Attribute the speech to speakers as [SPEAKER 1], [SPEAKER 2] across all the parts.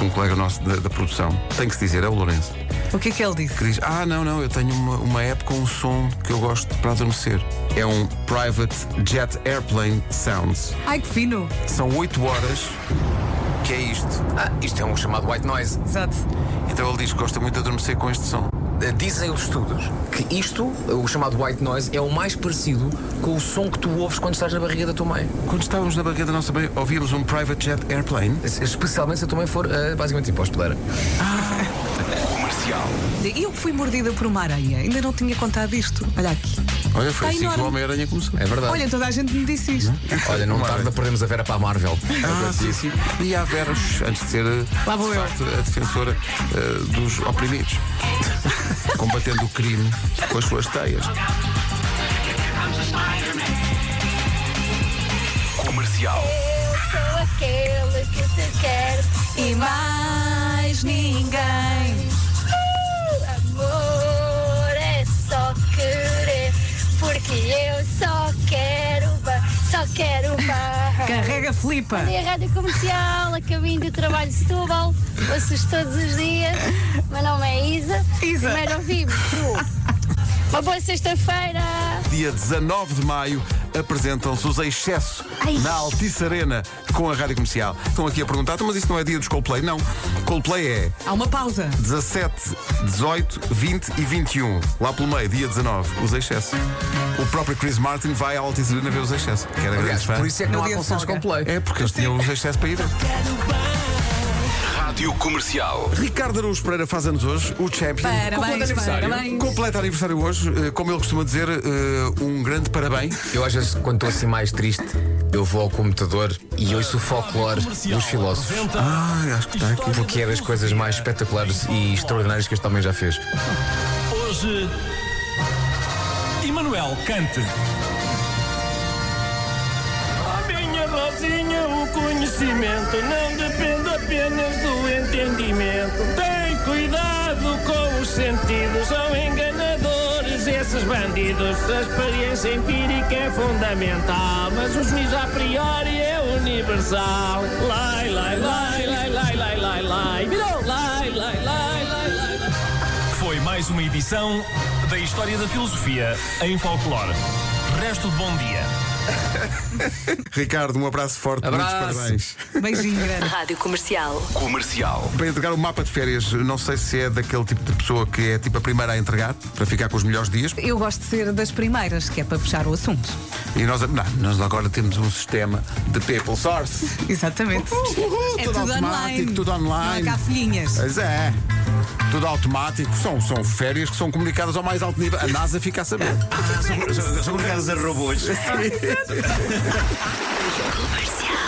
[SPEAKER 1] um colega nosso da, da produção, tem que se dizer, é o Lourenço,
[SPEAKER 2] O que é que ele disse?
[SPEAKER 1] que diz: Ah, não, não, eu tenho uma, uma app com um som que eu gosto para adormecer. É um Private Jet Airplane Sounds.
[SPEAKER 2] Ai, que fino!
[SPEAKER 1] São 8 horas, que é isto.
[SPEAKER 3] Ah, isto é um chamado white noise.
[SPEAKER 2] Exato.
[SPEAKER 1] Então ele diz que gosta muito de adormecer com este som.
[SPEAKER 3] Eh, Dizem os estudos que isto, o chamado white noise, é o mais parecido com o som que tu ouves quando estás na barriga da tua mãe.
[SPEAKER 1] Quando estávamos na barriga da nossa mãe, ouvíamos um Private Jet Airplane.
[SPEAKER 3] Es- Especialmente se a tua mãe for eh, basicamente tipo hospedeira.
[SPEAKER 2] E Eu fui mordida por uma aranha, ainda não tinha contado isto. Olha aqui.
[SPEAKER 1] Olha, foi
[SPEAKER 2] Está
[SPEAKER 1] assim que
[SPEAKER 2] enorme.
[SPEAKER 1] o Homem-Aranha começou.
[SPEAKER 3] É verdade.
[SPEAKER 2] Olha, toda a gente me disse isto.
[SPEAKER 3] Olha, não tarda, perdemos a Vera para a Marvel.
[SPEAKER 1] Ah, sim, sim. E há veras, antes de ser
[SPEAKER 2] Lá
[SPEAKER 1] de
[SPEAKER 2] vou eu.
[SPEAKER 1] facto, a defensora eh, dos oprimidos, combatendo o crime com as suas teias.
[SPEAKER 4] sou aquele é que te quer,
[SPEAKER 1] é?
[SPEAKER 2] E mais ninguém.
[SPEAKER 4] amor, é só querer, porque eu só quero, ba- só quero bar.
[SPEAKER 2] Carrega Flipa.
[SPEAKER 4] E a Rádio Comercial, a caminho do trabalho de Setúbal, ouço-os todos os dias. Meu nome é Isa.
[SPEAKER 2] Isa.
[SPEAKER 4] Primeiro vivo, Uma boa sexta-feira!
[SPEAKER 1] Dia 19 de maio apresentam-se os Excesso na Altice Arena com a Rádio Comercial. Estão aqui a perguntar, "Então, mas isso não é dia dos Coldplay? Não. Coldplay é
[SPEAKER 2] Há uma pausa.
[SPEAKER 1] 17, 18, 20 e 21. Lá pelo meio, dia 19, os Excesso. O próprio Chris Martin vai à Altice Arena ver os Excesso, que era
[SPEAKER 3] Aliás,
[SPEAKER 1] grande fã.
[SPEAKER 3] por isso é que
[SPEAKER 2] No
[SPEAKER 3] não
[SPEAKER 2] dia
[SPEAKER 3] há
[SPEAKER 2] de
[SPEAKER 3] conselhos
[SPEAKER 2] folga.
[SPEAKER 3] com play.
[SPEAKER 1] É, porque eles tinham os Excesso para ir.
[SPEAKER 5] Rádio Comercial.
[SPEAKER 1] Ricardo Araújo Pereira faz anos hoje, o champion.
[SPEAKER 2] Parabéns,
[SPEAKER 3] aniversário.
[SPEAKER 2] parabéns.
[SPEAKER 1] Completa aniversário hoje, eh, como ele costuma dizer, eh, um grande parabéns.
[SPEAKER 3] Eu às vezes, quando estou assim mais triste, eu vou ao computador e ouço o folclore dos filósofos.
[SPEAKER 1] Ai, Ah, acho que está aqui.
[SPEAKER 3] Porque é das coisas mais espetaculares e extraordinárias que este homem já fez.
[SPEAKER 6] Hoje, Emanuel cante.
[SPEAKER 7] A minha Rosinha, o conhecimento não depende apenas do entendimento. Tem cuidado com os sentidos, são enganadores esses bandidos. A experiência empírica é fundamental, mas os juízo a priori é universal. Lai, lai, lai, lai, lai, lai, lai, lai, Virou, lai, lai, lai, lai, lai. lai.
[SPEAKER 6] Foi mais uma edição da História da Filosofia em Folclore. Resto de bom dia.
[SPEAKER 1] Ricardo, um abraço forte, muitos
[SPEAKER 3] Abraço.
[SPEAKER 1] parabéns.
[SPEAKER 2] Beijinho grande.
[SPEAKER 8] Rádio Comercial.
[SPEAKER 5] Comercial.
[SPEAKER 1] Para entregar o mapa de férias, não sei se é daquele tipo de pessoa que é tipo a primeira a entregar, para ficar com os melhores dias.
[SPEAKER 2] Eu gosto de ser das primeiras, que é para fechar o assunto.
[SPEAKER 1] E nós, não, nós agora temos um sistema de people source.
[SPEAKER 2] Exatamente.
[SPEAKER 1] Uhul,
[SPEAKER 2] é
[SPEAKER 1] tudo
[SPEAKER 2] tudo
[SPEAKER 1] automático,
[SPEAKER 2] online.
[SPEAKER 1] tudo online.
[SPEAKER 2] Não há cá folhinhas.
[SPEAKER 1] Pois é. Tudo automático, são, são férias que são comunicadas ao mais alto nível. A NASA fica a saber.
[SPEAKER 5] São comunicadas a robôs.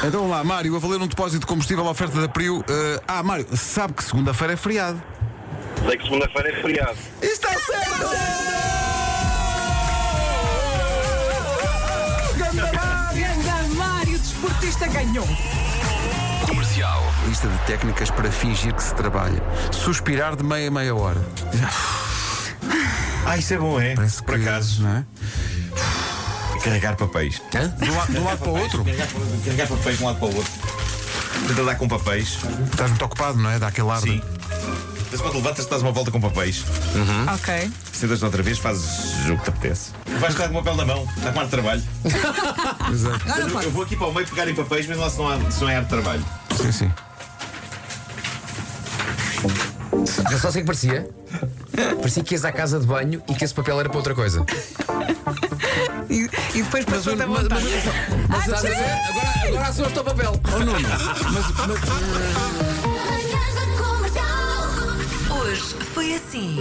[SPEAKER 1] Então lá, Mário, a valer um depósito de combustível à oferta da Prio. eh, ah, Mário, sabe que segunda-feira é feriado.
[SPEAKER 9] Sei que segunda-feira é feriado.
[SPEAKER 1] Está certo!
[SPEAKER 2] Grande Mário, desportista ganhou.
[SPEAKER 5] Comercial.
[SPEAKER 1] Lista de técnicas para fingir que se trabalha. Suspirar de meia a meia hora.
[SPEAKER 9] Ah, isso é bom, é?
[SPEAKER 1] Parece
[SPEAKER 9] Por
[SPEAKER 1] que-
[SPEAKER 9] acaso.
[SPEAKER 1] Não é?
[SPEAKER 9] Carregar papéis.
[SPEAKER 1] De um, la- de um lado para o outro?
[SPEAKER 9] Carregar, carregar papéis de um lado para o outro. Tenta dar com papéis.
[SPEAKER 1] Estás muito ocupado, não é? Dá aquele ar. de-
[SPEAKER 9] Sim. Mas quando levantas, dás uma volta com papéis.
[SPEAKER 2] Ok.
[SPEAKER 9] Sentas-te outra vez, fazes o que te apetece. Vais estar com o papel na mão, está com ar de trabalho.
[SPEAKER 1] Exato.
[SPEAKER 2] Agora
[SPEAKER 9] Mas eu, eu
[SPEAKER 2] pode.
[SPEAKER 9] vou aqui para o meio pegar em papéis, mas lá se não, há, se não é ar de trabalho.
[SPEAKER 1] Sim, sim.
[SPEAKER 3] Já só sei que parecia. Parecia que ias à casa de banho e que esse papel era para outra coisa.
[SPEAKER 2] E, e depois passou-te a vontade.
[SPEAKER 3] Estás a ver? tá Agora, agora assusta o papel.
[SPEAKER 1] Oh,
[SPEAKER 8] Hoje foi assim.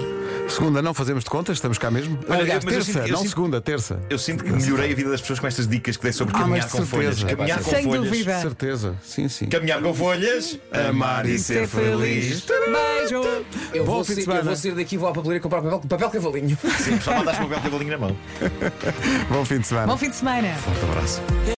[SPEAKER 1] Segunda, não fazemos de contas, estamos cá mesmo. Olha,
[SPEAKER 9] eu-
[SPEAKER 1] é
[SPEAKER 9] mas eu
[SPEAKER 1] terça,
[SPEAKER 9] sinto- eu
[SPEAKER 1] não
[SPEAKER 9] sinto-
[SPEAKER 1] segunda, terça.
[SPEAKER 9] Eu sinto que melhorei a vida das pessoas com estas dicas que dei sobre
[SPEAKER 1] Ah,
[SPEAKER 9] caminhar
[SPEAKER 1] mas de
[SPEAKER 9] com folhas.
[SPEAKER 1] certeza.
[SPEAKER 9] Caminhar com
[SPEAKER 2] Sem
[SPEAKER 9] folhas.
[SPEAKER 2] dúvida. É.
[SPEAKER 1] Certeza, sim, sim.
[SPEAKER 9] Caminhar com folhas. Amar e ser feliz.
[SPEAKER 2] Beijo.
[SPEAKER 3] Eu
[SPEAKER 1] Bom
[SPEAKER 3] vou,
[SPEAKER 1] fim de
[SPEAKER 3] sair,
[SPEAKER 1] semana.
[SPEAKER 3] eu vou sair daqui e vou à papelaria comprar papel, papel cavalinho.
[SPEAKER 9] Sim, só mandaste o papel de bolinho na mão.
[SPEAKER 1] Bom fim de semana.
[SPEAKER 2] Bom fim de semana.
[SPEAKER 9] Um abraço.